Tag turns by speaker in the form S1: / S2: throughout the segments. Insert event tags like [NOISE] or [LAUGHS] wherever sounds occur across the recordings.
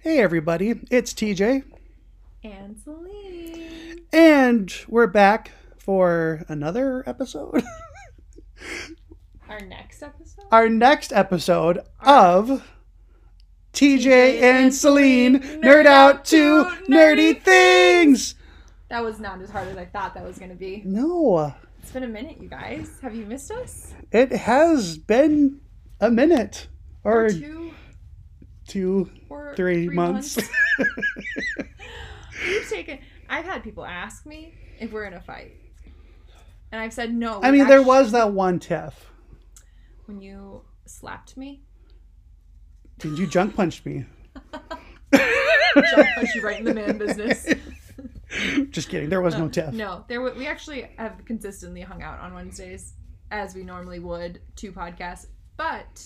S1: Hey, everybody, it's TJ,
S2: And Celine.
S1: and we're back for another episode. [LAUGHS]
S2: Our next episode?
S1: Our next episode
S2: Our-
S1: of TJ and Celine Nerd Out to Nerdy Things.
S2: That was not as hard as I thought that was going to be.
S1: No,
S2: It's been a minute, you guys. Have you missed us?
S1: it has been a minute or two,
S2: two or
S1: three, months.
S2: [LAUGHS] We've taken, I've had people ask me if we're in a fight. And I've said no.
S1: [LAUGHS] I
S2: we've
S1: mean, there
S2: actu-
S1: was that one tiff.
S2: When you slapped me,
S1: Dude, you junk punched me. [LAUGHS]
S2: John punched you right in the
S1: [LAUGHS]
S2: man business.
S1: Just kidding. There was no tiff.
S2: No, there w- we actually have consistently hung out on Wednesdays as we normally would to podcasts, but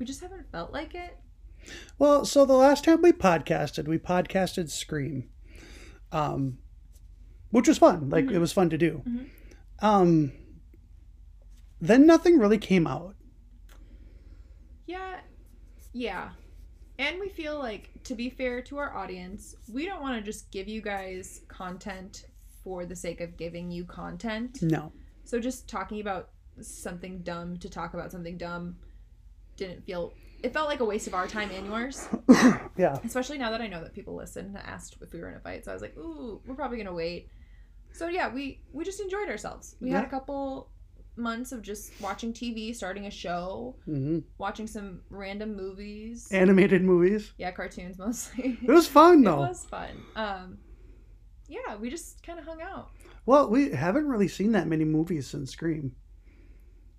S2: we just haven't felt like it.
S1: Well, so the last time we podcasted, we podcasted Scream, um, which was fun. Like it was fun to do.
S2: Mhm.
S1: Um, then nothing really came out.
S2: Yeah. Yeah. And we feel like to be fair to our audience, we don't want to just give you guys content for the sake of giving you content.
S1: No,
S2: So just talking about something dumb to talk about something dumb didn't feel it felt like a waste of our time and yours.
S1: yeah,
S2: especially now that I know that people listen and asked if we were in a fight. So I was like, ooh, we're probably gonna wait. So yeah, we we just enjoyed ourselves. We had
S1: Yeah.
S2: a couple months of just watching TV, starting a show,
S1: hmm
S2: watching some random movies.
S1: animated movies.
S2: yeah,
S1: [LAUGHS]
S2: cartoons mostly.
S1: It was fun though.
S2: It was fun. Um, yeah, we just kind of hung out.
S1: Well, we haven't really seen that many movies since Scream.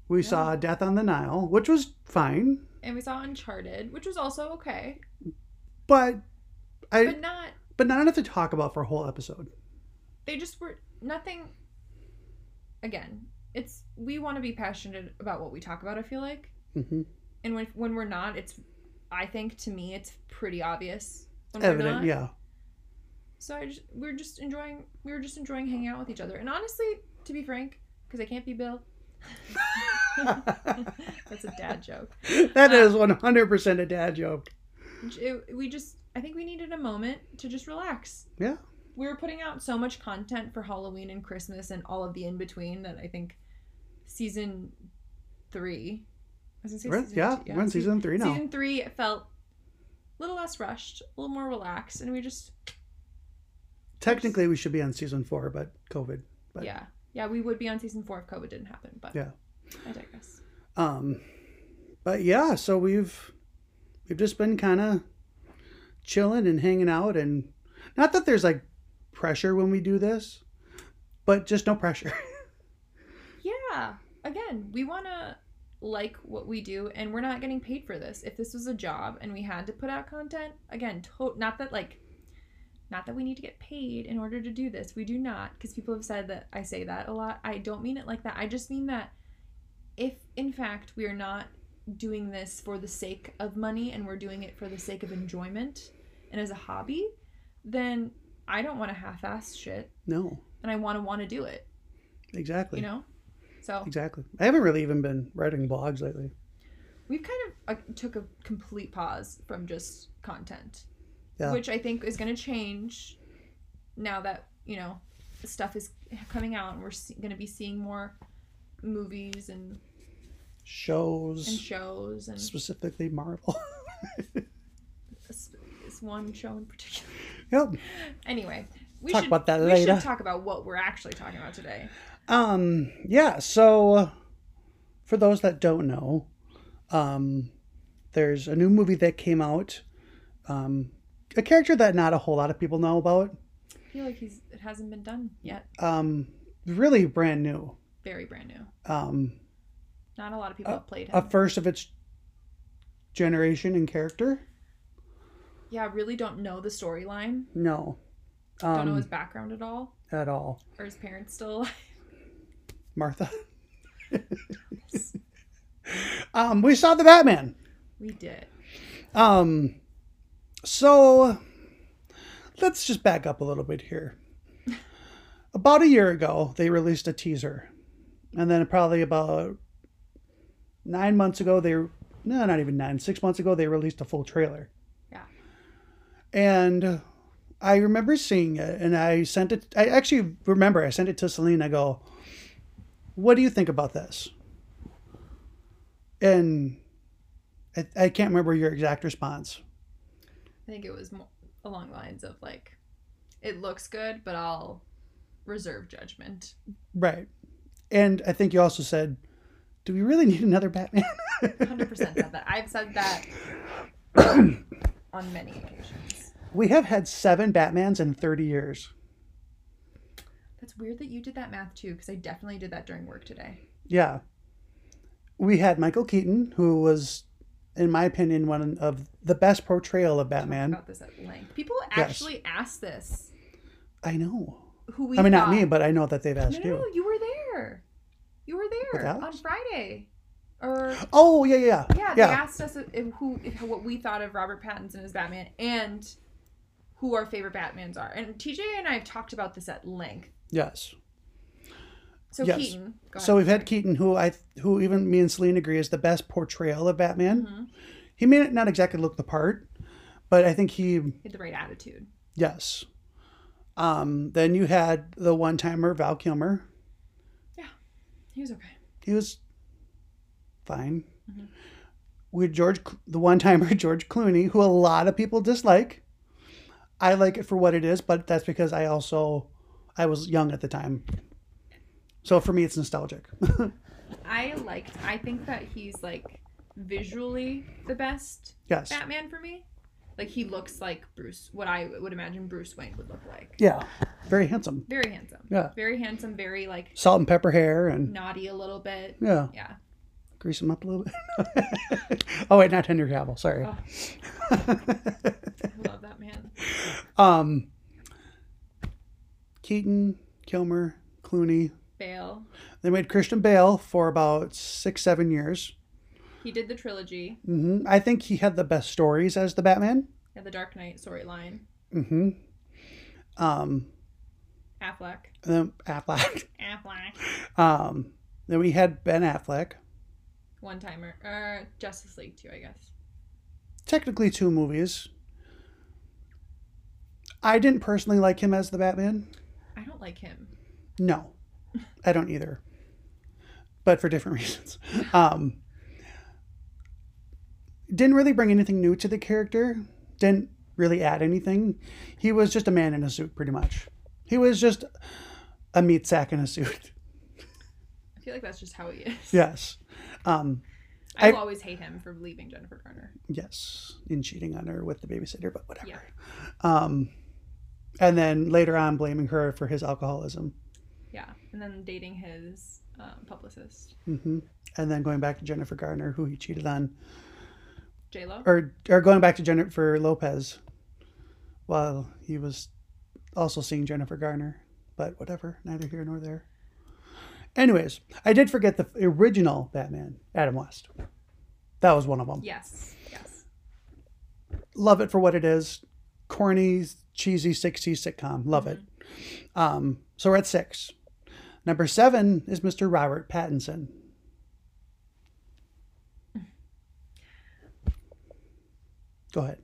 S1: We
S2: No.
S1: saw Death on the Nile, which was fine,
S2: And we saw Uncharted, which was also okay,
S1: but I
S2: but not.
S1: but not enough to talk about for a whole episode.
S2: They just were nothing. Again, it's we want to be passionate about what we talk about. I feel like,
S1: hmm
S2: and when when we're not, it's I think to me it's pretty obvious when we're
S1: Evident,
S2: not. [LAUGHS]
S1: yeah. [LAUGHS]
S2: So I just we're just enjoying we were just enjoying hanging out with each other. And honestly, to be frank, because I can't be Bill. [LAUGHS] That's a dad joke. Uh,
S1: That is 100% a dad joke.
S2: It- we just I think we needed a moment to just relax.
S1: Yeah.
S2: We were putting out so much content for Halloween and Christmas and all of the in between that I think season three. I was gonna say
S1: We're-
S2: season
S1: yeah,
S2: two,
S1: we're in season three now.
S2: Season three it felt a little less rushed, a little more relaxed, and we just
S1: Technically, we should be on season four, but COVID. But-
S2: yeah yeah we would be on season four if COVID didn't happen. But
S1: Yeah.
S2: I digress.
S1: Um, but yeah, so we've we've just been kind of chilling and hanging out, and not that there's like pressure when we do this, but just no pressure. [LAUGHS]
S2: Yeah, again, we want to like what we do, and we're not getting paid for this. If this was a job and we had to put out content, again, to- not that like. Not that we need to get paid in order to do this. We do not, because people have said that I say that a lot. I don't mean it like that. I just mean that if, in fact, we are not doing this for the sake of money and we're doing it for the sake of enjoyment and as a hobby, then I don't want to half ass shit
S1: no,
S2: and I want to want to do it,
S1: exactly,
S2: you know? So
S1: exactly. I haven't really even been writing blogs lately.
S2: we've kind of uh, took a complete pause from just content
S1: Yeah.
S2: which i think is going to change now that you know stuff is coming out and we're see- going to be seeing more movies and,
S1: Shows,
S2: and shows and
S1: specifically Marvel. [LAUGHS]
S2: this, this one show in particular
S1: yep.
S2: anyway we
S1: Talk
S2: should
S1: about that
S2: we
S1: later.
S2: should talk about what we're actually talking about today
S1: Um, yeah, so uh, for those that don't know, um, there's a new movie that came out. Um, a character that not a whole lot of people know about.
S2: i feel like he's it hasn't been done yet
S1: Um, really brand new.
S2: very brand new
S1: Um,
S2: not a lot of people
S1: Uh,
S2: have played him
S1: a first of its generation and character.
S2: yeah I really don't know the storyline
S1: No,
S2: don't know
S1: um,
S2: his background at all
S1: at all.
S2: are his parents still alive [LAUGHS]
S1: Martha. [LAUGHS] um, we saw the Batman.
S2: we did
S1: Um, so let's just back up a little bit here. About a year ago, they released a teaser, and then probably about nine months ago, they no, not even nine, six months ago, they released a full trailer.
S2: Yeah.
S1: And I remember seeing it and I sent it. I actually remember I sent it to Celine. I go, What do you think about this? And I, I can't remember your exact response.
S2: I think it was mo- along the lines of like, it looks good, but I'll reserve judgment.
S1: Right. And I think you also said, Do we really need another Batman? [LAUGHS]
S2: 100% said that. I've said that on many occasions.
S1: we have had seven Batmans in 30 years.
S2: That's weird that you did that math too, because I definitely did that during work today.
S1: Yeah. We had Michael Keaton, who was, in my opinion, one of the best portrayal of
S2: Talked
S1: Batman.
S2: About this at length. People
S1: Yes.
S2: actually asked this.
S1: I know.
S2: Who we?
S1: I mean, not
S2: thought-
S1: me, but I know that they've
S2: No,
S1: asked
S2: no,
S1: you.
S2: no, you were there. You were
S1: With
S2: there
S1: Alex?
S2: on Friday, or
S1: Oh, yeah, yeah, yeah.
S2: yeah, they asked us if, if who if, what we thought of Robert Pattinson as Batman and who our favorite Batmans are. And TJ and I have talked about this at length.
S1: Yes.
S2: So
S1: Yes.
S2: Keaton. Go
S1: So we've had Keaton, who I, who even me and Celine agree is the best portrayal of Batman.
S2: Mhm.
S1: He may not exactly look the part, but I think he,
S2: He had the right attitude.
S1: yes. Um, then you had the one timer Val Kilmer.
S2: He was okay.
S1: He was fine.
S2: Mhm.
S1: With George, Cl- the one timer [LAUGHS] George Clooney, who a lot of people dislike. I like it for what it is, but that's because I also, I was young at the time. So for me, it's nostalgic. [LAUGHS]
S2: I liked. I think that he's like visually the best
S1: yes.
S2: Batman for me. Like he looks like Bruce, what I would imagine Bruce Wayne would look like.
S1: Yeah. Very handsome.
S2: Very handsome.
S1: Yeah.
S2: Very handsome. Very like
S1: Salt and pepper hair and
S2: naughty a little bit.
S1: yeah,
S2: Yeah.
S1: grease him up a little bit. [LAUGHS] oh wait, not Henry Cavill. Sorry.
S2: Oh.
S1: [LAUGHS]
S2: I love that man.
S1: um, Keaton, Kilmer, Clooney.
S2: Bale.
S1: They made Christian Bale for about six, seven years.
S2: He did the trilogy.
S1: hmm I think he had the best stories as the Batman.
S2: Yeah, the Dark Knight storyline.
S1: hmm Um,
S2: Affleck.
S1: and then Affleck. [LAUGHS]
S2: Affleck.
S1: Um, then we had Ben Affleck.
S2: One timer. Uh, Justice League too, I guess.
S1: Technically, two movies. I didn't personally like him as the Batman.
S2: I don't like him.
S1: No, I don't either. But for different [LAUGHS] reasons. Um, didn't really bring anything new to the character. Didn't really add anything. He was just a man in a suit, pretty much. He was just a meat sack in a suit. [LAUGHS]
S2: I feel like that's just how he is.
S1: yes. Um,
S2: [LAUGHS] I
S1: I-
S2: will always hate him for leaving Jennifer Garner.
S1: yes. In cheating on her with the babysitter, but whatever.
S2: Yeah.
S1: Um, and then later on, blaming her for his alcoholism.
S2: Yeah. And then dating his um, publicist,
S1: hmm And then going back to Jennifer Garner, who he cheated on
S2: J Lo.
S1: or or going back to Jennifer Lopez while he was also seeing Jennifer Garner, but whatever, neither here nor there. Anyways, I did forget the original Batman, Adam West. That was one of them.
S2: Yes. Yes.
S1: Love it for what it is. Corny, cheesy 60s sitcom. Love it. Um, so we're at six. Number seven is Mr. Robert Pattinson. Go ahead.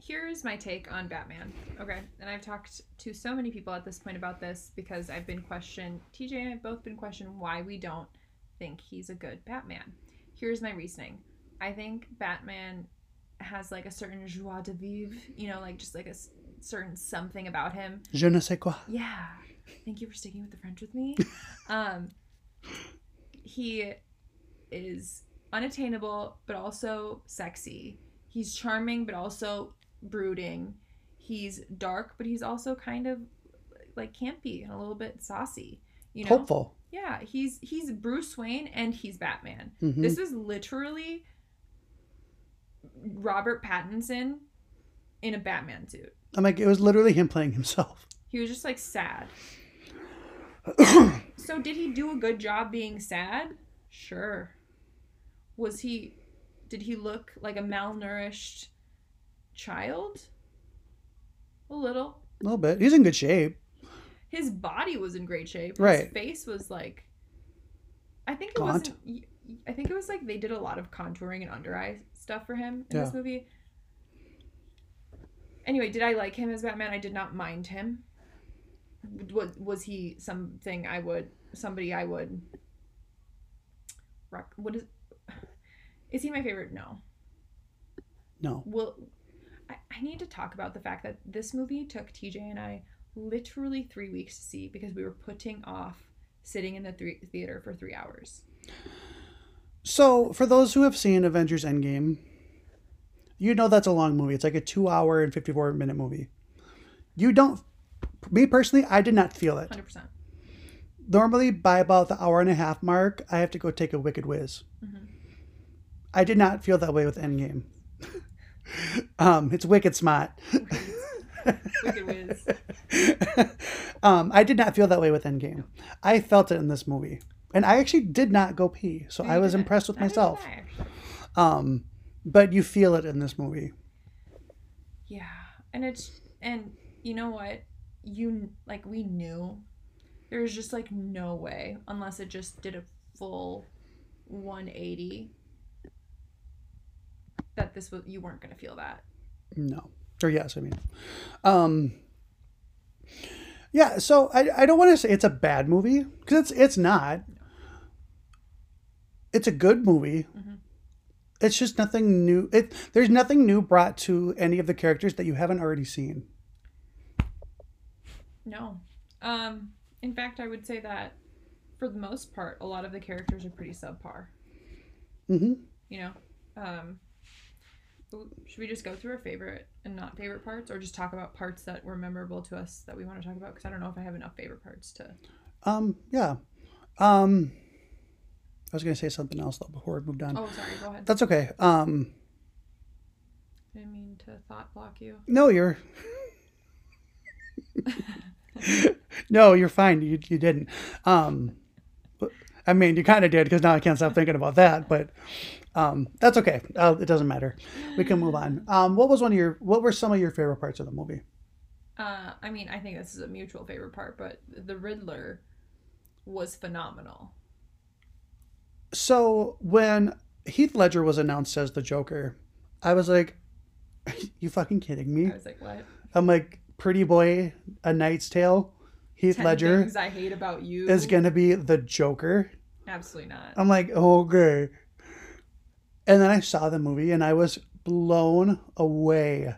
S2: here's my take on Batman. Okay, and I've talked to so many people at this point about this because I've been questioned. TJ and I've both been questioned why we don't think he's a good Batman. Here's my reasoning. I think Batman has like a certain joie de vivre, you know, like just like a s- certain something about him.
S1: Je ne sais quoi.
S2: Yeah. Thank you for sticking with the French with me. Um, he is unattainable, but also sexy. He's charming, but also brooding. He's dark, but he's also kind of like campy and a little bit saucy. You know?
S1: hopeful.
S2: Yeah, he's he's Bruce Wayne and he's Batman.
S1: Mhm.
S2: This is literally Robert Pattinson in a Batman suit.
S1: I'm like, it was literally him playing himself. [COUGHS]
S2: He was just like sad. so did he do a good job being sad? Sure. Was he did he look like a malnourished child? A little.
S1: A little bit. He's in good shape.
S2: His body was in great shape. His
S1: Right.
S2: face was like I think it
S1: Gaunt.
S2: wasn't I think it was like they did a lot of contouring and under eye stuff for him in this
S1: Yeah.
S2: movie. Anyway, did I like him as Batman? I did not mind him. Was was he something I would somebody I would rec- what is [SIGHS] is he my favorite? No.
S1: No.
S2: Well, I, I need to talk about the fact that this movie took TJ and I literally three weeks to see because we were putting off sitting in the three, theater for three hours.
S1: So, for those who have seen Avengers Endgame, you know that's a long movie. It's like a two hour and 54 minute movie. You don't, me personally, I did not feel it.
S2: 100%.
S1: [LAUGHS] Normally, by about the hour and a half mark, I have to go take a wicked whiz.
S2: Mhm.
S1: I did not feel that way with Endgame. [LAUGHS] um, it's wicked smart.
S2: Wicked Wiz.
S1: [LAUGHS] um, I did not feel that way with Endgame. I felt it in this movie. And I actually did not go pee, so
S2: No,
S1: I
S2: you
S1: was
S2: didn't.
S1: impressed with
S2: Neither did
S1: myself.
S2: I, actually.
S1: Um, but you feel it in this movie.
S2: Yeah. And it's, and you know what? You, like, we knew there was just, like, no way, unless it just did a full 180, that this was, you weren't going to feel that.
S1: No. Or yes, I mean. Um Yeah, so I, I don't want to say it's a bad movie because it's it's not. It's a good movie.
S2: Mhm.
S1: It's just nothing new. It there's nothing new brought to any of the characters that you haven't already seen.
S2: No. Um, in fact, I would say that for the most part, a lot of the characters are pretty subpar.
S1: hmm
S2: you know um w- should we just go through our favorite and not favorite parts or just talk about parts that were memorable to us that we want to talk about because i don't know if i have enough favorite parts to
S1: Um yeah. Um I was gonna say something else though before we moved on.
S2: oh sorry go ahead
S1: That's okay. Um
S2: i didn't mean to thought block you
S1: No, you're. [LAUGHS] no, you're fine. You, you didn't. Um, I mean, you kind of did because now I can't stop thinking about that. But um, that's okay. Uh, it doesn't matter. We can move on. Um, what was one of your? What were some of your favorite parts of the movie?
S2: uh i mean i think this is a mutual favorite part but the riddler was phenomenal
S1: So when Heath Ledger was announced as the Joker, I was like, "You fucking kidding me?"
S2: i was like what
S1: I'm like, "Pretty boy, A Knight's Tale, Heath
S2: 10
S1: Ledger
S2: things i hate about you
S1: is gonna be the Joker."
S2: absolutely not
S1: I'm like, okay. And then I saw the movie and I was blown away.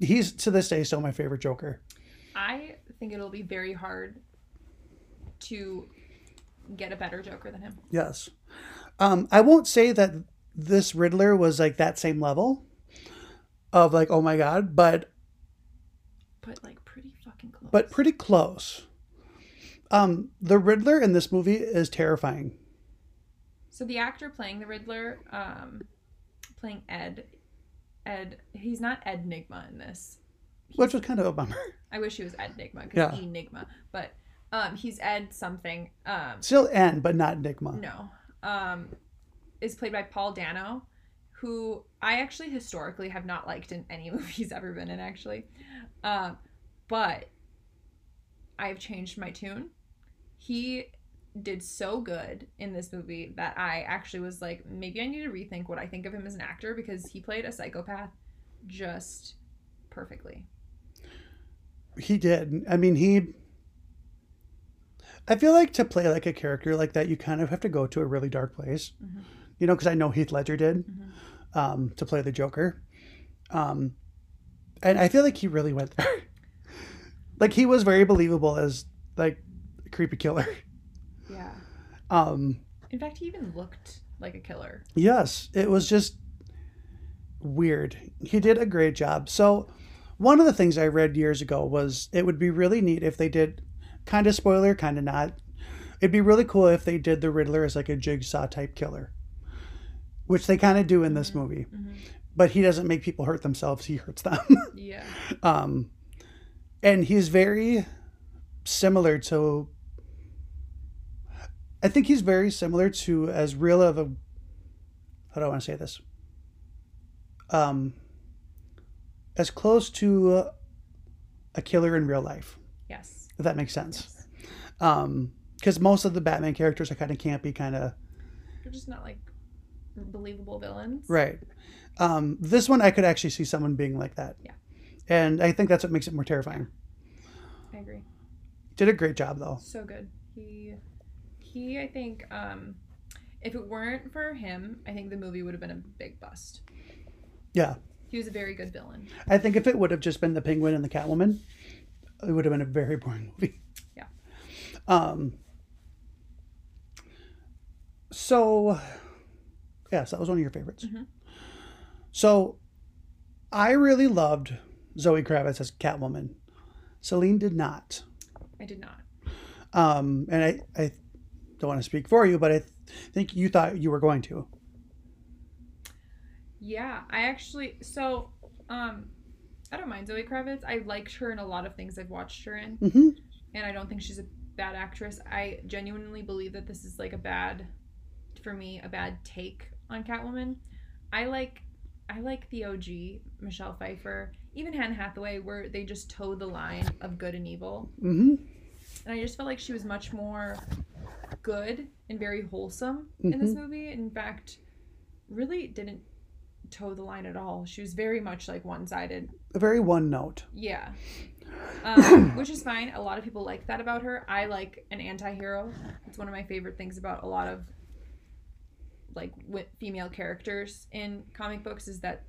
S1: He's to this day still my favorite Joker.
S2: i think it'll be very hard to get a better joker than him
S1: Yes. Um, I won't say that this Riddler was like that same level of like, oh my God, but
S2: but like pretty fucking close
S1: but pretty close. Um, the Riddler in this movie is terrifying.
S2: So the actor playing the Riddler, um, playing Ed, Ed, he's not Ed Nigma in this.
S1: Which was kind of a bummer.
S2: I wish he was Ed Nigma
S1: Yeah.
S2: because Enigma, but um, he's Ed something. Um,
S1: Still N, but not Enigma.
S2: no, um, is played by Paul Dano, who I actually historically have not liked in any [LAUGHS] movie he's ever been in, actually. Um, but I've changed my tune. He did so good in this movie that I actually was like, maybe I need to rethink what I think of him as an actor because he played a psychopath just perfectly.
S1: He did. I mean, he. I feel like to play like a character like that, you kind of have to go to a really dark place,
S2: Mhm.
S1: you know. Because I know Heath Ledger did
S2: Mhm.
S1: um, to play the Joker, um, and I feel like he really went there. [LAUGHS] like he was very believable as like a creepy killer. [LAUGHS]
S2: Yeah.
S1: Um,
S2: In fact, he even looked like a killer.
S1: Yes, it was just weird. He did a great job. So, one of the things I read years ago was it would be really neat if they did kind of spoiler, kind of not. It'd be really cool if they did the Riddler as like a jigsaw type killer, which they kind of do in this movie.
S2: Mhm.
S1: But he doesn't make people hurt themselves, he hurts them.
S2: Yeah.
S1: um, and he's very similar to. I think he's very similar to as real of a. How do I want to say this? Um, as close to uh, a killer in real life,
S2: Yes.
S1: if that makes sense.
S2: yes.
S1: Um, because most of the Batman characters are kind of campy, kind of
S2: They're just not like believable villains.
S1: Right. Um, this one I could actually see someone being like that.
S2: Yeah.
S1: And I think that's what makes it more terrifying.
S2: I agree.
S1: Did a great job though.
S2: So good. He he I think um if it weren't for him, I think the movie would have been a big bust.
S1: Yeah.
S2: He was a very good villain.
S1: I think if it would have just been the penguin and the catwoman, it would have been a very boring [LAUGHS] movie.
S2: Yeah.
S1: Um so yes, that was one of your favorites.
S2: Mhm.
S1: So I really loved Zoe Kravitz as Catwoman. Celine did not.
S2: I did not.
S1: Um, and I, I don't want to speak for you, but I think you thought you were going to.
S2: Yeah, I actually so um I don't mind Zoe Kravitz. I liked her in a lot of things I've watched her in,
S1: hmm
S2: and I don't think she's a bad actress. I genuinely believe that this is like a bad for me, a bad take on Catwoman. I like I like the OG, Michelle Pfeiffer, even Anne Hathaway, where they just toe the line of good and evil.
S1: hmm
S2: and I just felt like she was much more good and very wholesome in this movie. In fact, really didn't toe the line at all. She was very much like one sided.
S1: A very one note. [LAUGHS]
S2: Yeah. Um, which is fine. A lot of people like that about her. I like an anti hero. It's one of my favorite things about a lot of like wi- female characters in comic books is that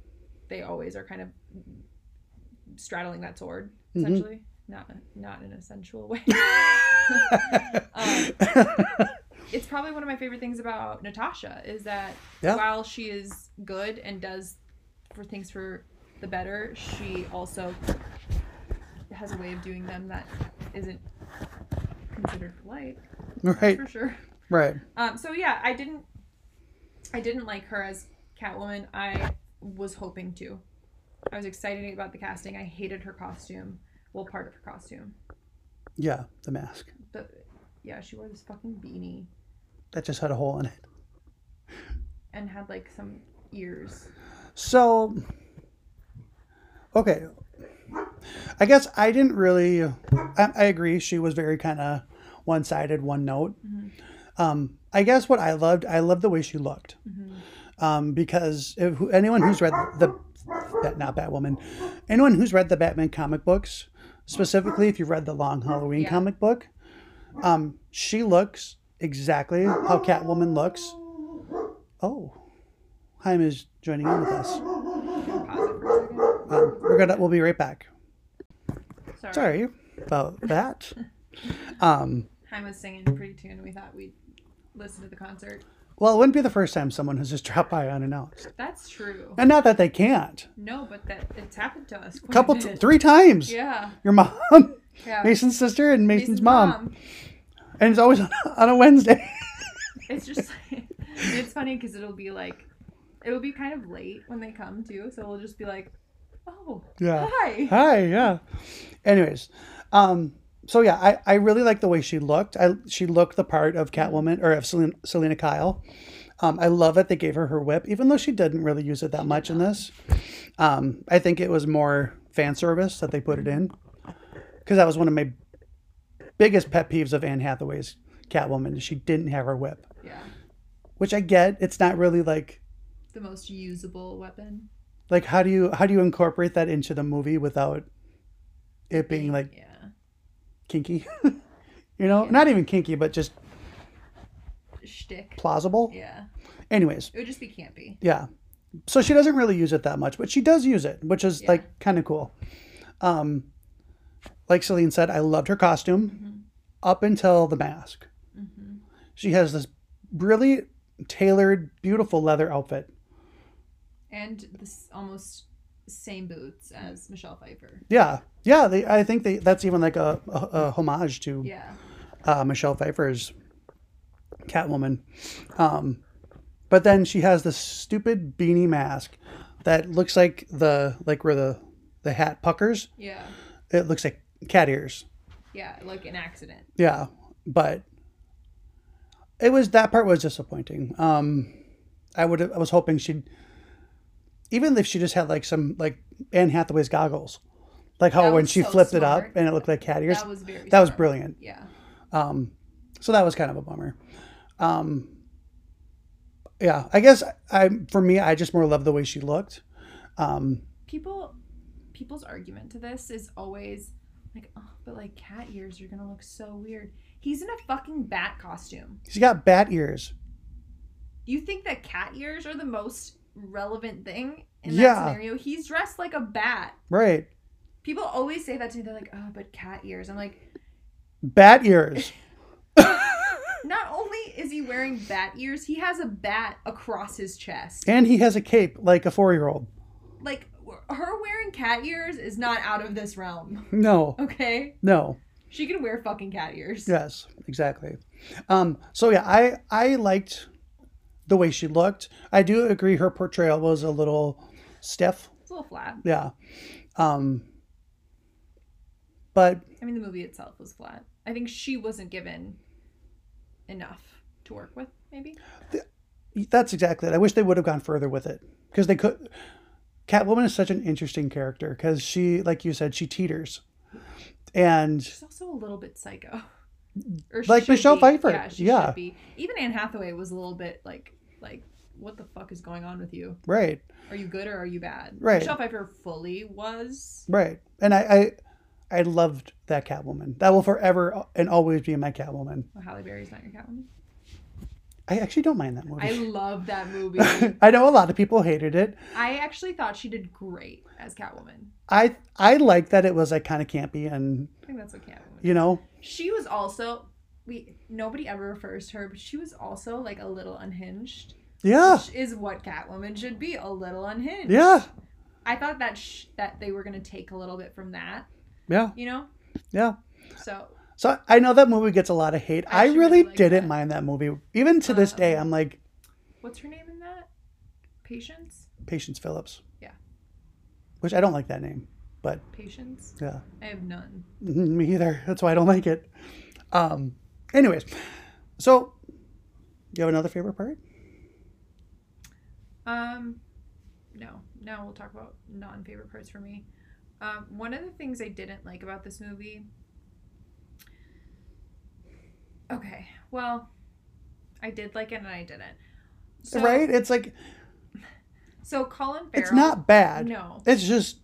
S2: they always are kind of straddling that sword
S1: Mhm.
S2: essentially not not in a sensual way [LAUGHS] Um, it's probably one of my favorite things about Natasha is that
S1: Yeah.
S2: while she is good and does for things for the better, she also has a way of doing them that isn't considered polite
S1: right,
S2: for sure.
S1: right.
S2: Um, so yeah, I didn't, I didn't like her as Catwoman. I was hoping to. I was excited about the casting. I hated her costume. Well, part of her costume,
S1: Yeah, the mask.
S2: but yeah, she wore this fucking beanie
S1: That just had a hole in it.
S2: and had like some ears.
S1: So, okay. I guess I didn't really. I, I agree. She was very kind of one sided, one note.
S2: Mhm.
S1: Um, I guess what I loved, I loved the way she looked. Um, because if, who- anyone who's read the, that not Batwoman, anyone who's read the Batman comic books, specifically if you've read the Long Halloween
S2: Yeah.
S1: comic book, um, she looks exactly how Catwoman looks. Oh, Haim is joining in with us.
S2: Pause it for a second.
S1: Um, we're gonna we'll be right back.
S2: Sorry.
S1: Sorry about that. Um,
S2: Haim was singing a pretty tune. We thought we'd listen to the concert.
S1: well, it wouldn't be the first time someone has just dropped by unannounced,
S2: That's true.
S1: and not that they can't.
S2: No, but that it's happened to us. Quite
S1: Couple, [LAUGHS]
S2: a
S1: t-
S2: bit.
S1: three times.
S2: Yeah.
S1: Your mom, [LAUGHS]
S2: Yeah.
S1: Mason's sister, and Mason's,
S2: Mason's
S1: mom. and it's always on, on a Wednesday. [LAUGHS]
S2: It's just [LAUGHS] like, it's funny because it'll be like, it'll be kind of late when they come too. So we'll just be like, oh,
S1: Yeah.
S2: hi.
S1: Hi. Yeah. Anyways, um, so yeah, I, I really like the way she looked. I she looked the part of Catwoman or of Selena, Selena Kyle. Um, I love that they gave her her whip, even though she didn't really use it that much in this. Um, I think it was more fan service that they put it in, because that was one of my biggest pet peeves of Anne Hathaway's Catwoman. is She didn't have her whip,
S2: Yeah.
S1: which I get. It's not really like
S2: The most usable weapon.
S1: like how do you how do you incorporate that into the movie without it being like
S2: Yeah.
S1: kinky. [LAUGHS] you know, not even kinky, but just
S2: Shtick.
S1: plausible.
S2: Yeah.
S1: Anyways,
S2: It would just be campy.
S1: yeah. So she doesn't really use it that much, but she does use it, which is
S2: Yeah.
S1: like kind of cool. Um, like Celine said, I loved her costume up until the mask.
S2: Mm-hmm.
S1: She has this really tailored, beautiful leather outfit.
S2: And this almost same boots as Michelle Pfeiffer.
S1: Yeah, yeah. They, I think they, that's even like a, a, a homage to
S2: Yeah.
S1: uh, Michelle Pfeiffer's Catwoman. Um, but then she has this stupid beanie mask that looks like the like where the the hat puckers.
S2: Yeah.
S1: It looks like cat ears.
S2: Yeah. Like an accident.
S1: Yeah, but it was that part was disappointing. Um, I would I was hoping she'd even if she just had like some like Anne Hathaway's goggles, like how
S2: That
S1: when
S2: was
S1: she
S2: so
S1: flipped it up
S2: smart.
S1: and it looked like cat ears.
S2: That was very.
S1: that was
S2: smart.
S1: brilliant.
S2: Yeah.
S1: Um, so that was kind of a bummer. Um, yeah, I guess I, I for me, I just more love the way she looked. Um,
S2: People, people's argument to this is always like, oh, but like cat ears, you're gonna look so weird. He's in a fucking bat costume.
S1: He's got bat ears.
S2: You think that cat ears are the most relevant thing in that
S1: Yeah.
S2: scenario? He's dressed like a bat.
S1: Right.
S2: People always say that to me. They're like, oh, but cat ears. I'm like,
S1: Bat ears.
S2: not only is he wearing bat ears, he has a bat across his chest.
S1: and he has a cape like a four year old.
S2: Like, her wearing cat ears is not out of this realm, [LAUGHS]
S1: No.
S2: okay?
S1: No.
S2: She can wear fucking cat ears.
S1: Yes, exactly. Um, so yeah, I I liked the way she looked. I do agree her portrayal was a little stiff.
S2: It's a little flat.
S1: Yeah. Um but
S2: I mean, the movie itself was flat. I think she wasn't given enough to work with, maybe.
S1: that's exactly it. I wish they would have gone further with it because they could. Catwoman is such an interesting character because she, like you said, she teeters, and
S2: She's also a little bit psycho. Or
S1: Mm, Like
S2: should
S1: Michelle
S2: be.
S1: Pfeiffer.
S2: Yeah, she
S1: Yeah.
S2: should be. Even Anne Hathaway was a little bit like, like, what the fuck is going on with you?
S1: right,
S2: Are you good or are you bad?
S1: Right.
S2: Michelle Pfeiffer fully was.
S1: right, and I, I, I loved that Catwoman. That will forever and always be my Catwoman.
S2: Well, Oh, Halle Berry's not your Catwoman.
S1: I actually don't mind that [LAUGHS]
S2: I
S1: movie.
S2: love that
S1: [LAUGHS]
S2: movie.
S1: I, know a lot of people hated it.
S2: I actually thought she did great as Catwoman.
S1: I, I like that it was like kind of campy and
S2: I think that's what Catwoman.
S1: you know,
S2: She was also we nobody ever refers to her, but she was also like a little unhinged,
S1: yeah,
S2: which is what Catwoman should be, a little unhinged.
S1: yeah,
S2: I thought that sh- that they were gonna take a little bit from that,
S1: yeah,
S2: you know.
S1: yeah.
S2: So
S1: So I know that movie gets a lot of hate.
S2: I
S1: I, really
S2: actually really like
S1: didn't
S2: that.
S1: mind that movie. Even to this
S2: Um,
S1: day, I'm like
S2: what's her name in that? Patience.
S1: Patience Phillips.
S2: Yeah.
S1: Which I don't like that name, but
S2: Patience.
S1: yeah,
S2: I have none.
S1: Mhm, me either. That's why I don't like it. Um. Anyways, so you have another favorite part?
S2: Um, no, now we'll talk about non favorite parts for me. Um, one of the things I didn't like about this movie. Okay, well, I did like it and I didn't. So,
S1: right? It's like
S2: So Colin Farrell.
S1: it's not bad.
S2: No,
S1: It's just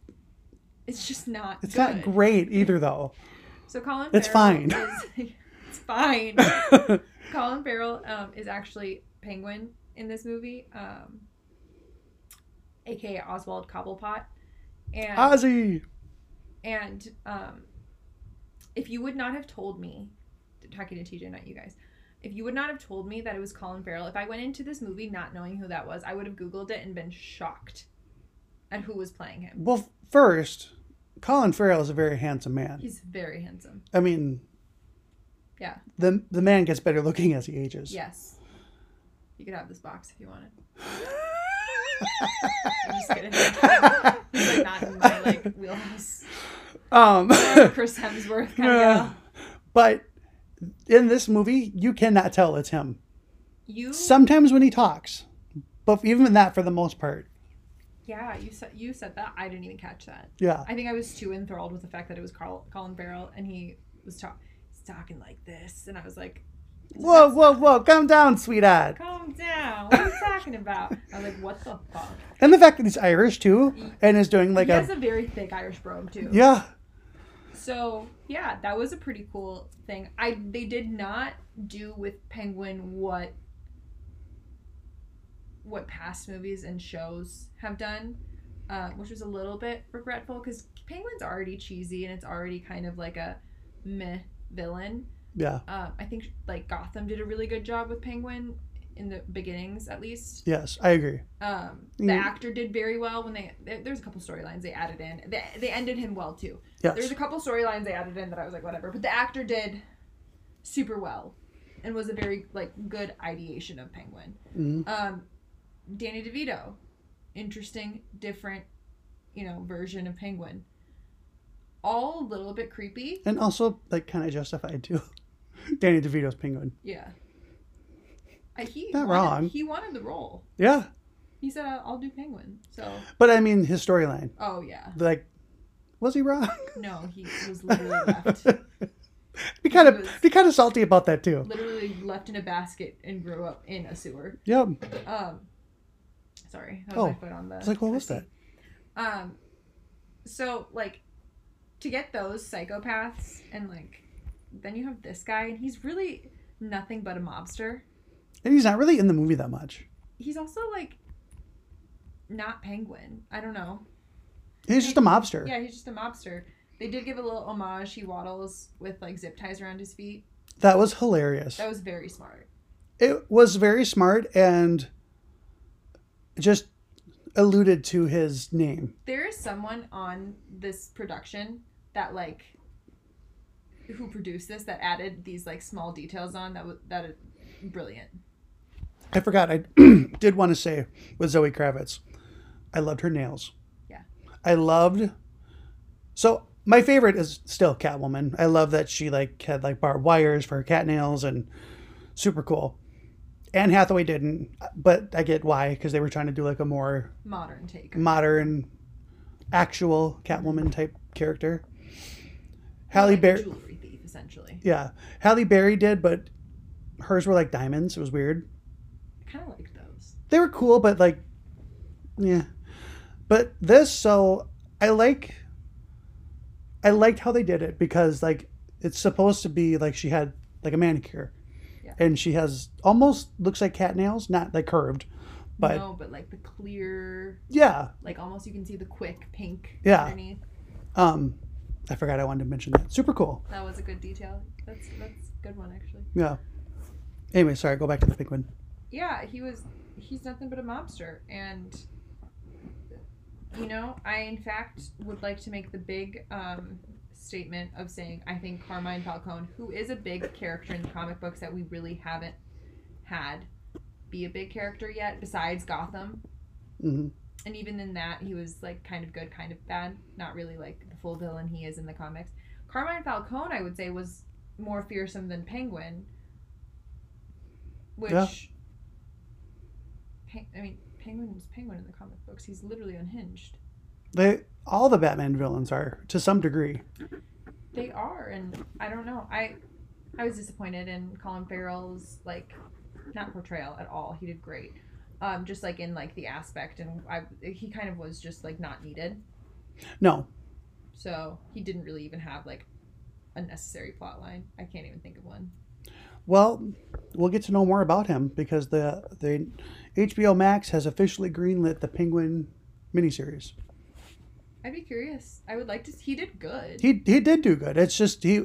S2: it's just not.
S1: it's
S2: good.
S1: not great either
S2: [LAUGHS]
S1: though.
S2: So Colin.
S1: It's
S2: Farrell
S1: fine.
S2: is- [LAUGHS]
S1: [LAUGHS]
S2: it's fine. Colin Farrell um, is actually Penguin in this movie, um, aka Oswald Cobblepot, and
S1: Ozzy.
S2: And um, if you would not have told me, talking to TJ, not you guys, if you would not have told me that it was Colin Farrell, if I went into this movie not knowing who that was, I would have Googled it and been shocked at who was playing him.
S1: Well, first, Colin Farrell is a very handsome man.
S2: He's very handsome.
S1: I mean,
S2: Yeah.
S1: the the man gets better looking as he ages.
S2: Yes. You could have this box if you wanted. I'm just kidding. He's like not in my like wheelhouse.
S1: Um.
S2: Chris Hemsworth kind of
S1: Yeah.
S2: gal.
S1: [LAUGHS] But in this movie, you cannot tell it's him.
S2: You
S1: Sometimes when he talks, but even that for the most part.
S2: yeah, you said you said that. I didn't even catch that.
S1: Yeah.
S2: I think I was too enthralled with the fact that it was Carl, Colin Farrell and he was talk, he's talking like this, and I was like,
S1: Whoa, whoa, whoa, calm down, sweetheart.
S2: "Calm down, what are you talking about?" I was like, "What the fuck?"
S1: And the fact that he's Irish too and is doing like
S2: he has
S1: a.
S2: a very thick Irish brogue too.
S1: Yeah.
S2: So yeah, that was a pretty cool thing. I they did not do with Penguin what what past movies and shows have done, uh, which was a little bit regretful because Penguin's already cheesy and it's already kind of like a meh villain.
S1: Yeah.
S2: um, I think like Gotham did a really good job with Penguin in the beginnings, at least.
S1: Yes, I agree.
S2: Um, the
S1: Mm.
S2: actor did very well when they there- there's a couple storylines they added in. They, they ended him well too. There's
S1: Yes.
S2: a couple storylines they added in that I was like whatever, but the actor did super well and was a very like good ideation of Penguin.
S1: Mhm.
S2: Um, Danny DeVito, interesting, different, you know, version of Penguin. All a little bit creepy.
S1: And also, like, kind of justified too. [LAUGHS] Danny DeVito's penguin.
S2: Yeah. Uh, he
S1: Not
S2: wanted-
S1: wrong.
S2: He wanted the role.
S1: Yeah.
S2: He said, "I'll I'll do Penguin." So,
S1: But I mean, his storyline.
S2: oh yeah,
S1: Like, was he wrong?
S2: no, he was literally left,
S1: [LAUGHS] Be kind of be kind of salty about that too.
S2: literally left in a basket and grew up in a sewer.
S1: Yep.
S2: Um, sorry, that was
S1: Oh,
S2: my foot on the.
S1: It's like, what was
S2: I see.
S1: that?
S2: Um, so like to get those psychopaths and like then you have this guy and he's really nothing but a mobster.
S1: And he's not really in the movie that much.
S2: He's also like not penguin. I don't know.
S1: He's just a mobster.
S2: Yeah, he's just a mobster. They did give a little homage. He waddles with like zip ties around his feet.
S1: That was hilarious.
S2: That was very smart.
S1: It was very smart and just alluded to his name.
S2: There is someone on this production that like who produced this that added these like small details on that was that is brilliant.
S1: I forgot. I [CLEARS THROAT] did want to say with Zoe Kravitz, I loved her nails.
S2: Yeah.
S1: I loved. So my favorite is still Catwoman. I love that she like had like barbed wires for her cat nails and super cool. Anne Hathaway didn't, but I get why because they were trying to do like a more
S2: Modern take.
S1: modern, actual Catwoman type character. Halle
S2: Like a
S1: Berry,
S2: jewelry thief essentially.
S1: yeah, Halle Berry did, but hers were like diamonds. It was weird.
S2: I kind of like those.
S1: they were cool, but like, yeah. But this, so I like, I liked how they did it because like it's supposed to be like she had like a manicure,
S2: Yeah.
S1: and she has almost looks like cat nails, not like curved, but
S2: no, but like the clear,
S1: yeah.
S2: like almost you can see the quick pink
S1: Yeah.
S2: underneath.
S1: Um, I forgot I wanted to mention that. Super cool.
S2: That was a good detail. That's that's a good one actually.
S1: Yeah. Anyway, sorry. Go back to the penguin.
S2: Yeah, he was he's nothing but a mobster and you know, I in fact would like to make the big um statement of saying I think Carmine Falcone, who is a big character in the comic books that we really haven't had be a big character yet besides Gotham.
S1: hmm
S2: and even in that he was like kind of good kind of bad not really like the full villain he is in the comics carmine falcone i would say was more fearsome than penguin which
S1: Yeah.
S2: Pe- i mean penguin was penguin in the comic books he's literally unhinged
S1: They all the Batman villains are to some degree.
S2: they are and i don't know i i was disappointed in colin farrell's like not portrayal at all he did great um just like in like the aspect and i he kind of was just like not needed
S1: No,
S2: So he didn't really even have like a necessary plot line. I can't even think of one.
S1: Well, we'll get to know more about him because the the HBO Max has officially greenlit the Penguin miniseries.
S2: I'd be curious. I would like to. He did good.
S1: He he did do good. It's just he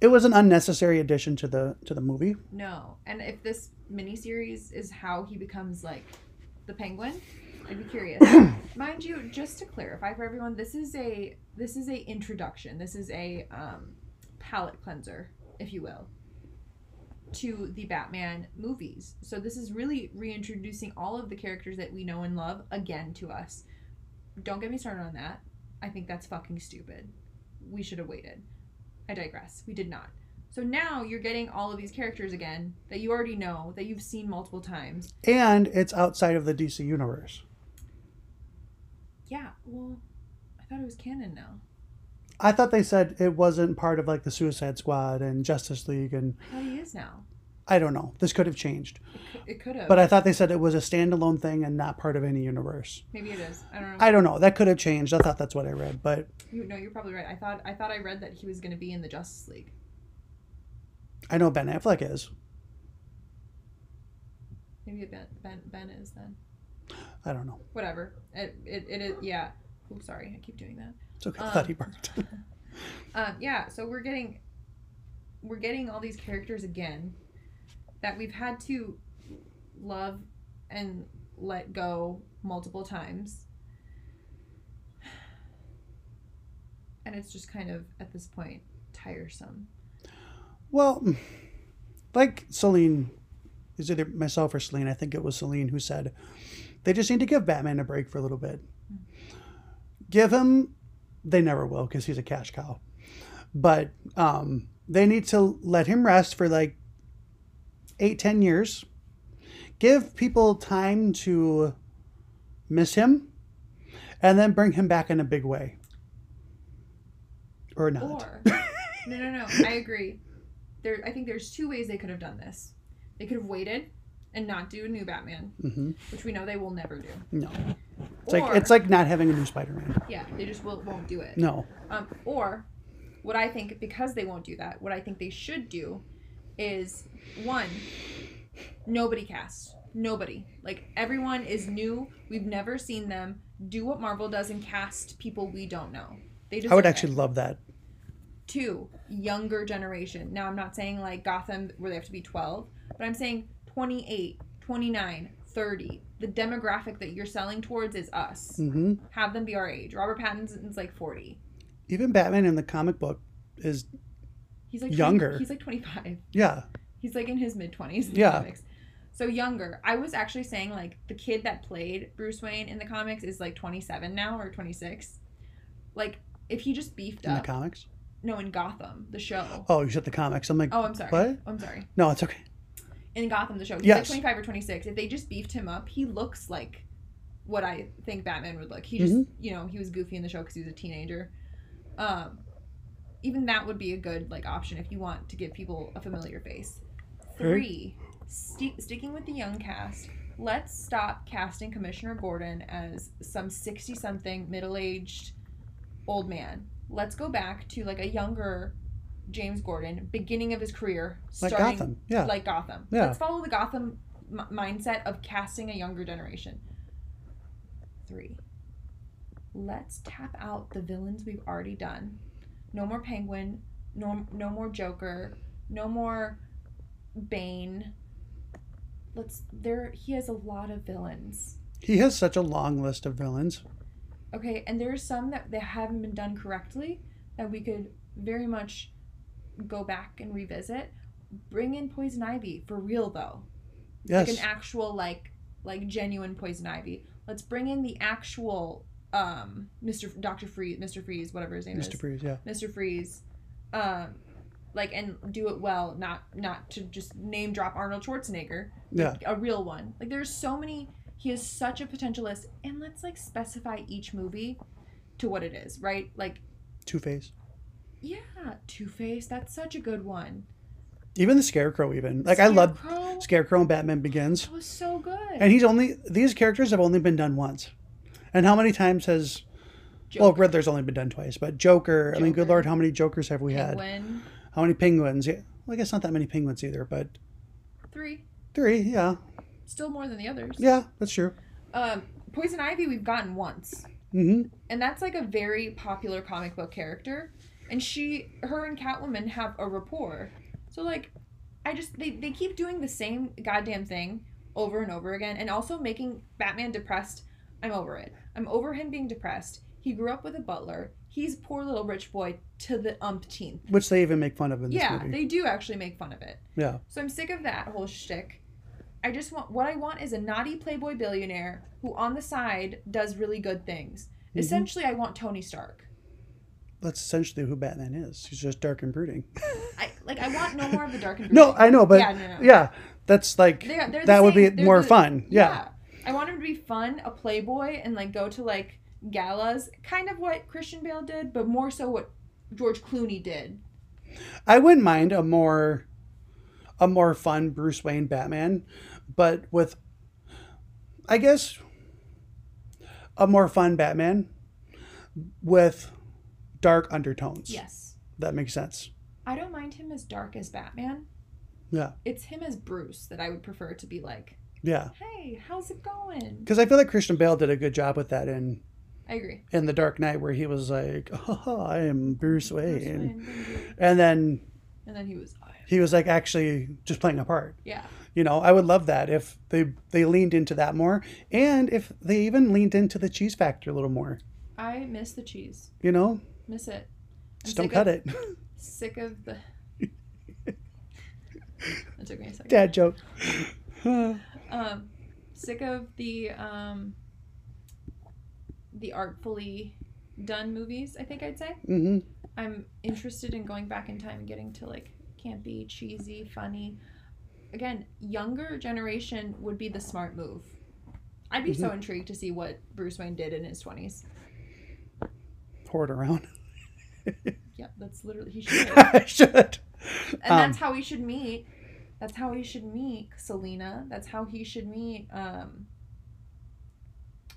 S1: it was an unnecessary addition to the to the movie.
S2: no, and if this miniseries is how he becomes like the Penguin, I'd be curious. Mind you, just to clarify for everyone, this is a this is a introduction. This is a um, palette cleanser, if you will, to the Batman movies. So this is really reintroducing all of the characters that we know and love again to us. Don't get me started on that. I think that's fucking stupid. We should have waited. I digress. We did not. So now you're getting all of these characters again that you already know, that you've seen multiple times.
S1: And it's outside of the DC universe.
S2: Yeah, well, I thought it was canon now.
S1: I thought they said it wasn't part of like the Suicide Squad and Justice League and
S2: I thought he is now.
S1: I don't know. This could have changed.
S2: It cou- It could have.
S1: But I thought they said it was a standalone thing and not part of any universe.
S2: Maybe it is. I don't know.
S1: I don't know. That could have changed. I thought that's what I read, but
S2: you, no, you're probably right. I thought I thought I read that he was going to be in the Justice League.
S1: I know Ben Affleck is.
S2: Maybe Ben Ben, ben is then.
S1: I don't know.
S2: Whatever. It, it it is. Yeah. Oops, sorry. I keep doing that.
S1: It's okay. I
S2: Um,
S1: thought he barked. [LAUGHS]
S2: Um, yeah. So we're getting we're getting all these characters again that we've had to love and let go multiple times. And it's just kind of at this point tiresome.
S1: Well, like Celine, is either myself or Celine, I think it was Celine who said, they just need to give Batman a break for a little bit. Give him, they never will because he's a cash cow. But um, they need to let him rest for like eight, ten years. Give people time to miss him and then bring him back in a big way. Or not.
S2: Or no, no, no. I agree. There, I think there's two ways they could have done this. They could have waited and not do a new Batman,
S1: hmm
S2: which we know they will never do.
S1: No. It's like it's like not having a new Spider-Man.
S2: yeah, they just will, won't do it.
S1: No.
S2: Um, or what I think, because they won't do that, what I think they should do is one, nobody casts. Nobody. Like, everyone is new. We've never seen them. Do what Marvel does and cast people we don't know. They just
S1: I would
S2: okay.
S1: actually love that.
S2: Two, younger generation. Now, I'm not saying like Gotham where they have to be 12, but I'm saying 28, 29, 30. The demographic that you're selling towards is us.
S1: hmm
S2: Have them be our age. Robert Pattinson's like 40.
S1: Even Batman in the comic book is
S2: He's like 20
S1: Younger.
S2: he's like 25.
S1: yeah.
S2: He's like in his mid 20s. in the
S1: Yeah.
S2: Comics. So younger. I was actually saying like the kid that played Bruce Wayne in the comics is like 27 now or 26. Like if he just beefed
S1: in the
S2: up.
S1: comics.
S2: no, in Gotham, the show.
S1: Oh, you said the comics. I'm like,
S2: Oh, I'm sorry.
S1: What?
S2: I'm sorry.
S1: no, it's okay.
S2: In Gotham, the show. He's
S1: Yes.
S2: like 25 or 26. If they just beefed him up, he looks like what I think Batman would look. He just,
S1: Mm-hmm.
S2: you know, he was goofy in the show because he was a teenager. Um, even that would be a good like option if you want to give people a familiar face. Three, sti- sticking with the young cast, let's stop casting Commissioner Gordon as some 60 something middle aged old man. Let's go back to like a younger James Gordon, beginning of his career,
S1: Like
S2: starting
S1: Gotham. [LAUGHS] Yeah.
S2: like Gotham.
S1: Yeah.
S2: Let's follow the Gotham m- mindset of casting a younger generation. Three. Let's tap out the villains we've already done. No more Penguin. No, no more Joker. No more Bane. Let's there. He has a lot of villains.
S1: he has such a long list of villains.
S2: Okay, and there are some that that haven't been done correctly that we could very much go back and revisit. Bring in Poison Ivy for real though.
S1: Yes.
S2: like an actual like like genuine poison ivy. Let's bring in the actual um Mr. F- Dr. Freeze, Mr. Freeze, whatever his name
S1: Mr.
S2: is.
S1: Freeze, yeah.
S2: Mr. Freeze. Um like and do it well, not not to just name drop Arnold Schwarzenegger,
S1: Yeah.
S2: a real one. Like there's so many he has such a potential list and let's like specify each movie to what it is, right? Like
S1: Two Face.
S2: yeah, Two Face, that's such a good one.
S1: Even the Scarecrow even. Like I love
S2: Scarecrow,
S1: Scarecrow and Batman Begins.
S2: that was so good.
S1: And he's only these characters have only been done once. And how many times has well Riddler's only been done twice, but Joker, I mean good
S2: Joker.
S1: lord, how many Jokers have we had?
S2: Penguin,
S1: How many penguins? Yeah. Well, I guess not that many penguins either, but
S2: three.
S1: three, yeah.
S2: still more than the others.
S1: Yeah, that's true.
S2: Um, Poison Ivy we've gotten once,
S1: hmm
S2: and that's like a very popular comic book character, and she, her and Catwoman have a rapport. So like, I just they they keep doing the same goddamn thing over and over again, and also making Batman depressed. I'm over it. I'm over him being depressed. He grew up with a butler. He's poor little rich boy to the umpteenth.
S1: Which they even make fun of in this
S2: Yeah,
S1: movie.
S2: they do actually make fun of it.
S1: yeah.
S2: So I'm sick of that whole shtick. I just want what I want is a naughty playboy billionaire who on the side does really good things.
S1: Mhm.
S2: Essentially, I want Tony Stark.
S1: That's essentially who Batman is. He's just dark and
S2: [LAUGHS]
S1: brooding.
S2: I like I want no more of the dark
S1: [LAUGHS]
S2: and
S1: No, I know, but
S2: Yeah,
S1: yeah,
S2: no, no.
S1: that's like
S2: They're- they're the
S1: that would be
S2: same- they're
S1: more
S2: the-
S1: fun. Yeah.
S2: I want him to be fun, a playboy, and like go to like galas, kind of what Christian Bale did, but more so what George Clooney did.
S1: I wouldn't mind a more a more fun Bruce Wayne Batman, but with I guess a more fun Batman with dark undertones.
S2: Yes,
S1: That makes sense.
S2: I don't mind him as dark as Batman.
S1: Yeah.
S2: It's him as Bruce that I would prefer to be like.
S1: Yeah.
S2: Hey, how's it going?
S1: Because I feel like Christian Bale did a good job with that in
S2: I agree.
S1: in The Dark Knight where he was like, oh, I am Bruce Wayne.
S2: Bruce Wayne, thank you.
S1: And then
S2: And then he was, "Oh,
S1: he was like actually just playing a part.
S2: yeah,
S1: You know, I would love that if they they leaned into that more and if they even leaned into the cheese factor a little more.
S2: I miss the cheese.
S1: You know?
S2: Miss it. I'm
S1: Just don't
S2: sick
S1: cut
S2: of,
S1: it. [LAUGHS]
S2: Sick of the. that took me
S1: [LAUGHS]
S2: a second.
S1: Dad joke. [SIGHS] Mm-hmm. Huh.
S2: Um, sick of the um. The artfully done movies, I think I'd say.
S1: mhm.
S2: I'm interested in going back in time and getting to like campy, cheesy, funny. Again, younger generation would be the smart move. I'd be so intrigued to see what Bruce Wayne did in his twenties.
S1: Pour it around. [LAUGHS]
S2: Yeah, that's literally he should.
S1: I should.
S2: and
S1: Um,
S2: that's how we should meet. That's how we should meet Selena. That's how he should meet. Um,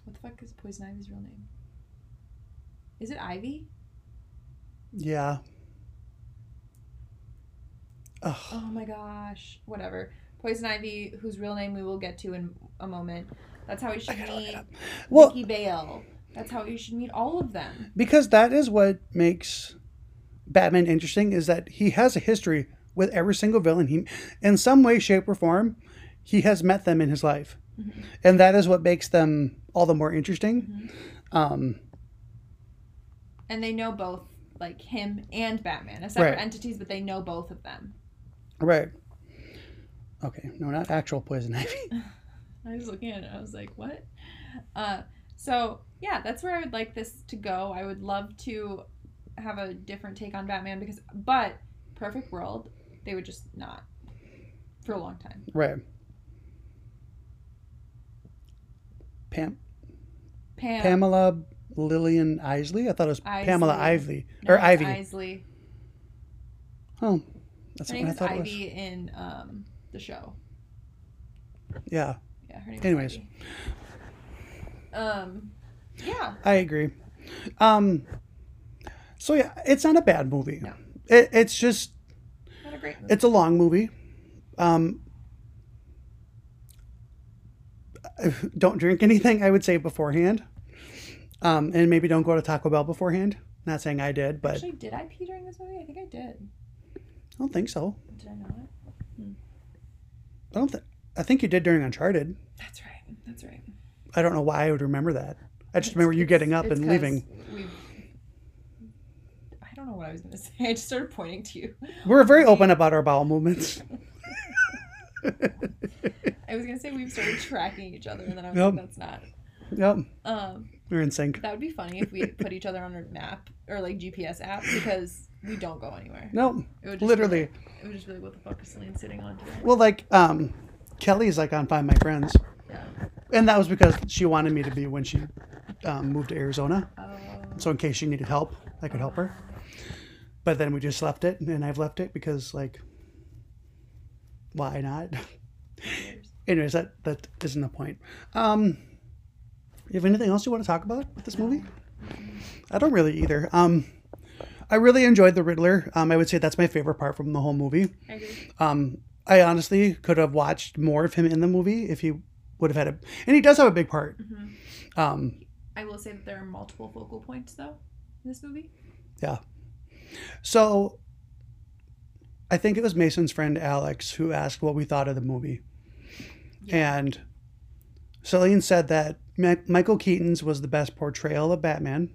S2: What the fuck is Poison Ivy's real name? Is it Ivy?
S1: Yeah. Ugh.
S2: Oh my gosh. Whatever. Poison Ivy, whose real name we will get to in a moment. That's how you
S1: I
S2: should
S1: gotta look it
S2: meet
S1: up. Well,
S2: Vicky Bale. That's how you should meet all of them.
S1: because that is what makes Batman interesting is that he has a history with every single villain he in some way shape or form he has met them in his life
S2: Mhm.
S1: and that is what makes them all the more interesting um,
S2: Mm-hmm. And they know both, like him and Batman, as separate
S1: Right.
S2: entities, but they know both of them.
S1: right okay no not actual poison [LAUGHS] ivy
S2: I was looking at it. I was like, what? Uh, so yeah, that's where I would like this to go. I would love to have a different take on Batman because, but perfect world, they would just not for a long time.
S1: right Pam-
S2: Pam,
S1: pamela lillian isley i thought it was pamela
S2: Isley.
S1: ivy
S2: no,
S1: or
S2: it's
S1: ivy
S2: Isley.
S1: oh that's not
S2: Her name
S1: what i
S2: is
S1: thought it was
S2: Ivy in um, the show.
S1: yeah
S2: Yeah, her name.
S1: Anyways.
S2: Is Ivy. Um. Yeah.
S1: I agree. Um, so yeah, it's not a bad movie.
S2: No.
S1: It, it's just
S2: Not a great movie.
S1: it's a long movie. Um, [SIGHS] don't drink anything. I would say beforehand, um, and maybe don't go to Taco Bell beforehand. Not saying I did, but
S2: Actually, did I pee during this movie? I think I did.
S1: I don't think so.
S2: Did I not?
S1: I don't think. I think you did during Uncharted.
S2: That's right. That's right.
S1: I don't know why I would remember that. I just
S2: It's-
S1: remember you
S2: it's-
S1: getting up
S2: it's
S1: and
S2: 'cause
S1: leaving.
S2: we- I don't know what I was gonna [LAUGHS] say. I just started pointing to you.
S1: We're very open about our bowel movements. [LAUGHS]
S2: I was gonna say we've started tracking each other, and then I was
S1: Yep.
S2: like, "That's not."
S1: yep,
S2: Um,
S1: we're in sync.
S2: that would be funny if we put each other on a map or like GPS app because we don't go anywhere.
S1: Nope.
S2: It would just be
S1: Literally.
S2: like- it would just be like, "What the fuck is Celine sitting on?" Today?
S1: Well, like, um, Kelly's like on Find My Friends,
S2: Yeah.
S1: and that was because she wanted me to be when she um, moved to Arizona.
S2: Oh.
S1: So in case she needed help, I could help her. But then we just left it, and I've left it because like, why not? [LAUGHS]
S2: Years.
S1: Anyways, that that isn't the point. Um, you have anything else you want to talk about with this movie? I don't really either. Um, I really enjoyed the Riddler. Um, I would say that's my favorite part from the whole movie.
S2: I agree.
S1: Um, I honestly could have watched more of him in the movie if he would have had a, and he does have a big part.
S2: Mhm.
S1: Um,
S2: I will say that there are multiple focal points though in this movie.
S1: so I think it was Mason's friend Alex who asked what we thought of the movie,
S2: Yeah.
S1: and Celine said that Ma- Michael Keaton's was the best portrayal of Batman.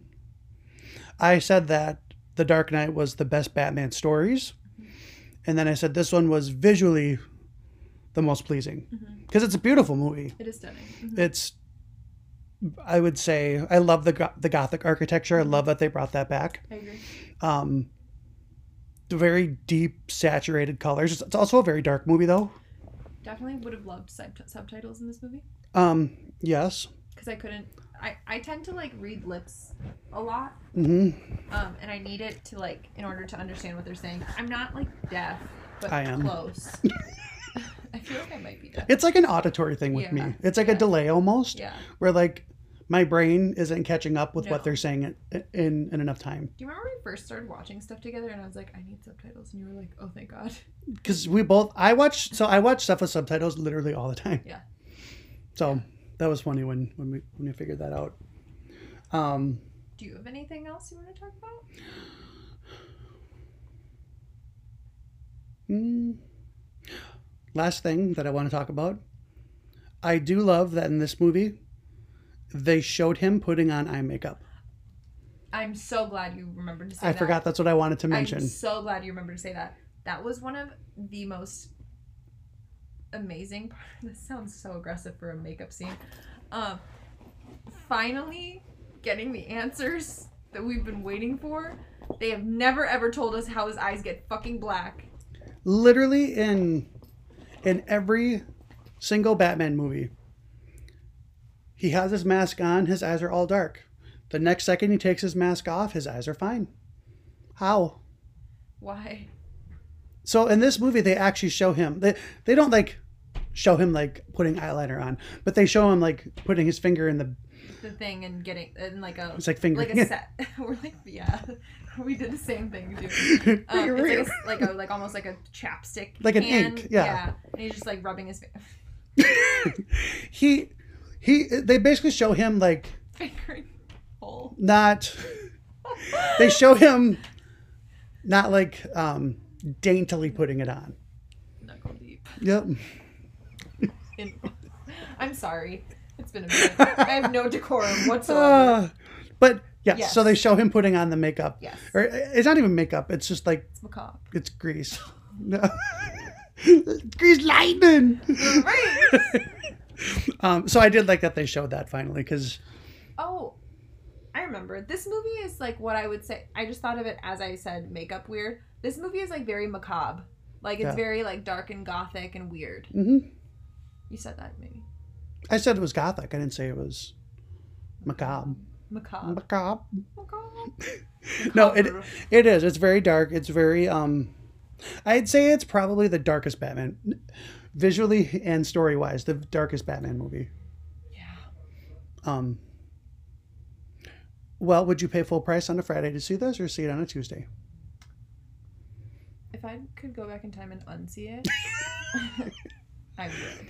S1: I said that The Dark Knight was the best Batman stories, and then I said this one was visually the most pleasing
S2: Mhm.
S1: because it's a beautiful movie.
S2: It is stunning. Mhm.
S1: it's i would say i love the go- the gothic architecture i love that they brought that back
S2: I agree.
S1: um the very deep saturated colors it's, it's also a very dark movie though
S2: Definitely would have loved sub- subtitles in this movie.
S1: um yes
S2: because I couldn't. I, I tend to like read lips a lot,
S1: hmm
S2: um, and I need it to like in order to understand what they're saying. I'm not like deaf, but
S1: I am. [LAUGHS]
S2: close. [LAUGHS] I feel like I might be deaf.
S1: it's like an auditory thing with
S2: Yeah,
S1: me it's like a
S2: yeah.
S1: delay almost
S2: Yeah.
S1: where like my brain isn't catching up with what
S2: No.
S1: they're saying in, in in enough time
S2: Do you remember when we first started watching stuff together, and I was like, I need subtitles, and you were like, Oh, thank God. [LAUGHS]
S1: because we both i watch so i watch stuff with subtitles literally all the time
S2: Yeah.
S1: so that was funny when when we when we figured that out um
S2: Do you have anything else you want to talk about?
S1: Mm. Last thing that I want to talk about. I do love that in this movie, they showed him putting on eye makeup.
S2: I'm so glad you remembered to say
S1: I
S2: that.
S1: forgot that's what I wanted to
S2: I'm
S1: mention.
S2: so glad you remembered to say that. That was one of the most amazing [LAUGHS] part. This sounds so aggressive for a makeup scene. Um, finally getting the answers that we've been waiting for. They have never ever told us how his eyes get fucking black.
S1: Literally in in every single Batman movie, he has his mask on, his eyes are all dark. The next second he takes his mask off, his eyes are fine. How?
S2: Why?
S1: So in this movie, they actually show him. They they don't like show him like putting eyeliner on, but they show him like putting his finger in the [LAUGHS]
S2: the thing and getting and like a
S1: it's like finger [LAUGHS]
S2: like a set. [LAUGHS] We're like yeah, [LAUGHS] we did the same thing. Dude. Um,
S1: You're
S2: it's
S1: weird.
S2: like a, like a like almost like a chapstick,
S1: Like an
S2: can.
S1: ink, yeah.
S2: And he's just like rubbing his [LAUGHS] fi-
S1: he he they basically show him like
S2: finger hole.
S1: not [LAUGHS] they show him not like um daintily putting it on.
S2: knuckle deep.
S1: Yep.
S2: [LAUGHS]
S1: [LAUGHS]
S2: In- I'm sorry, it's been a minute. I have no
S1: [LAUGHS]
S2: decorum whatsoever.
S1: Uh, but yes,
S2: Oh. Yes.
S1: so they show him putting on the makeup.
S2: yes,
S1: Or it's not even makeup, it's just like
S2: it's macabre.
S1: it's grease. [LAUGHS] No. grease
S2: [LAUGHS]
S1: lightning. [LAUGHS]
S2: Right.
S1: um so I did like that they showed that finally cuz
S2: Oh, I remember. This movie is like what I would say. I just thought of it as I said makeup weird. This movie is like very macabre. Like it's
S1: Yeah.
S2: very like dark and gothic and weird.
S1: mhm.
S2: You said that maybe.
S1: I said it was gothic. I didn't say it was macabre.
S2: Macabre.
S1: Macabre.
S2: Macabre.
S1: No, it
S2: Macabre.
S1: it is. It's very dark. It's very um I'd say it's probably the darkest Batman visually and story-wise, the darkest Batman movie.
S2: Yeah.
S1: Um, well, would you pay full price on a Friday to see this or see it on a Tuesday?
S2: If I could go back in time and unsee
S1: [LAUGHS]
S2: it, [LAUGHS] I would.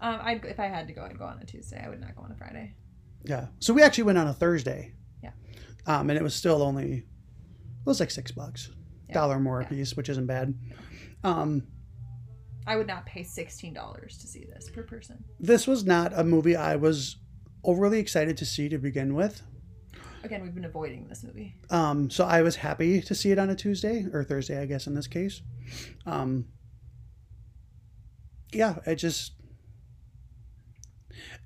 S2: Um, I'd go- if I had to go, I'd go on a Tuesday. I would not go on a Friday.
S1: Yeah. So we actually went on a Thursday.
S2: Yeah.
S1: Um, and it was still only, it was like six bucks,
S2: Yeah.
S1: dollar more
S2: Yeah.
S1: a piece, which isn't bad. Um,
S2: I would not pay sixteen dollars to see this per person.
S1: this was not a movie I was overly excited to see to begin with.
S2: Again, we've been avoiding this movie.
S1: Um, so I was happy to see it on a Tuesday or Thursday, I guess, in this case. Um, yeah, it just,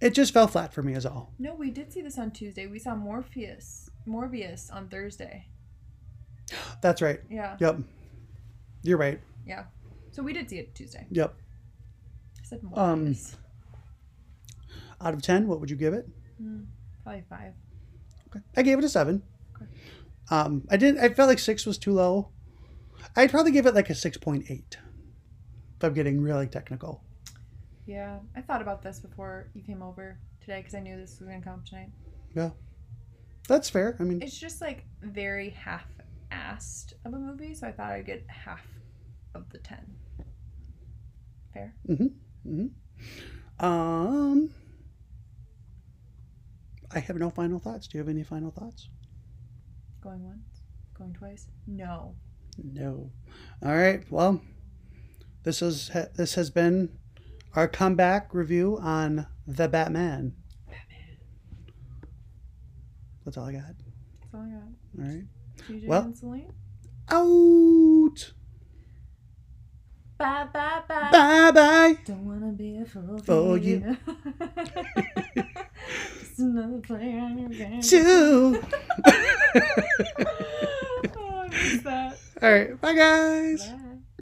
S1: it just fell flat for me, is all.
S2: No, we did see this on Tuesday. We saw Morpheus, Morbius on Thursday.
S1: That's right.
S2: Yeah,
S1: Yep. You're right.
S2: yeah. So we did see it Tuesday.
S1: Yep.
S2: I said
S1: Um,
S2: Morbius.
S1: Out of 10, what would you give it?
S2: Mm, probably five.
S1: Okay. I gave it a 7.
S2: Okay.
S1: Um, I didn't I felt like 6 was too low. I'd probably give it like a 6.8. If I'm getting really technical.
S2: Yeah, I thought about this before you came over today because I knew this was gonna come up tonight.
S1: That's fair. I mean,
S2: It's just like very half-assed of a movie, so I thought I'd get half of the ten. Fair.
S1: mm-hmm, um I have no final thoughts. Do you have any final thoughts?
S2: Going once, going twice. No.
S1: No. All right. Well, this is this has been our comeback review on The Batman. That's all I got.
S2: That's all I got.
S1: All right.
S2: TJ
S1: Well-
S2: and Celine.
S1: Out.
S2: Bye bye bye.
S1: Bye bye.
S2: Don't wanna be a fool
S1: For
S2: for you. [LAUGHS] Just another player on [LAUGHS] your game.
S1: Two.
S2: oh, I miss that.
S1: [LAUGHS]
S2: [LAUGHS]
S1: All right. Bye guys.
S2: Bye.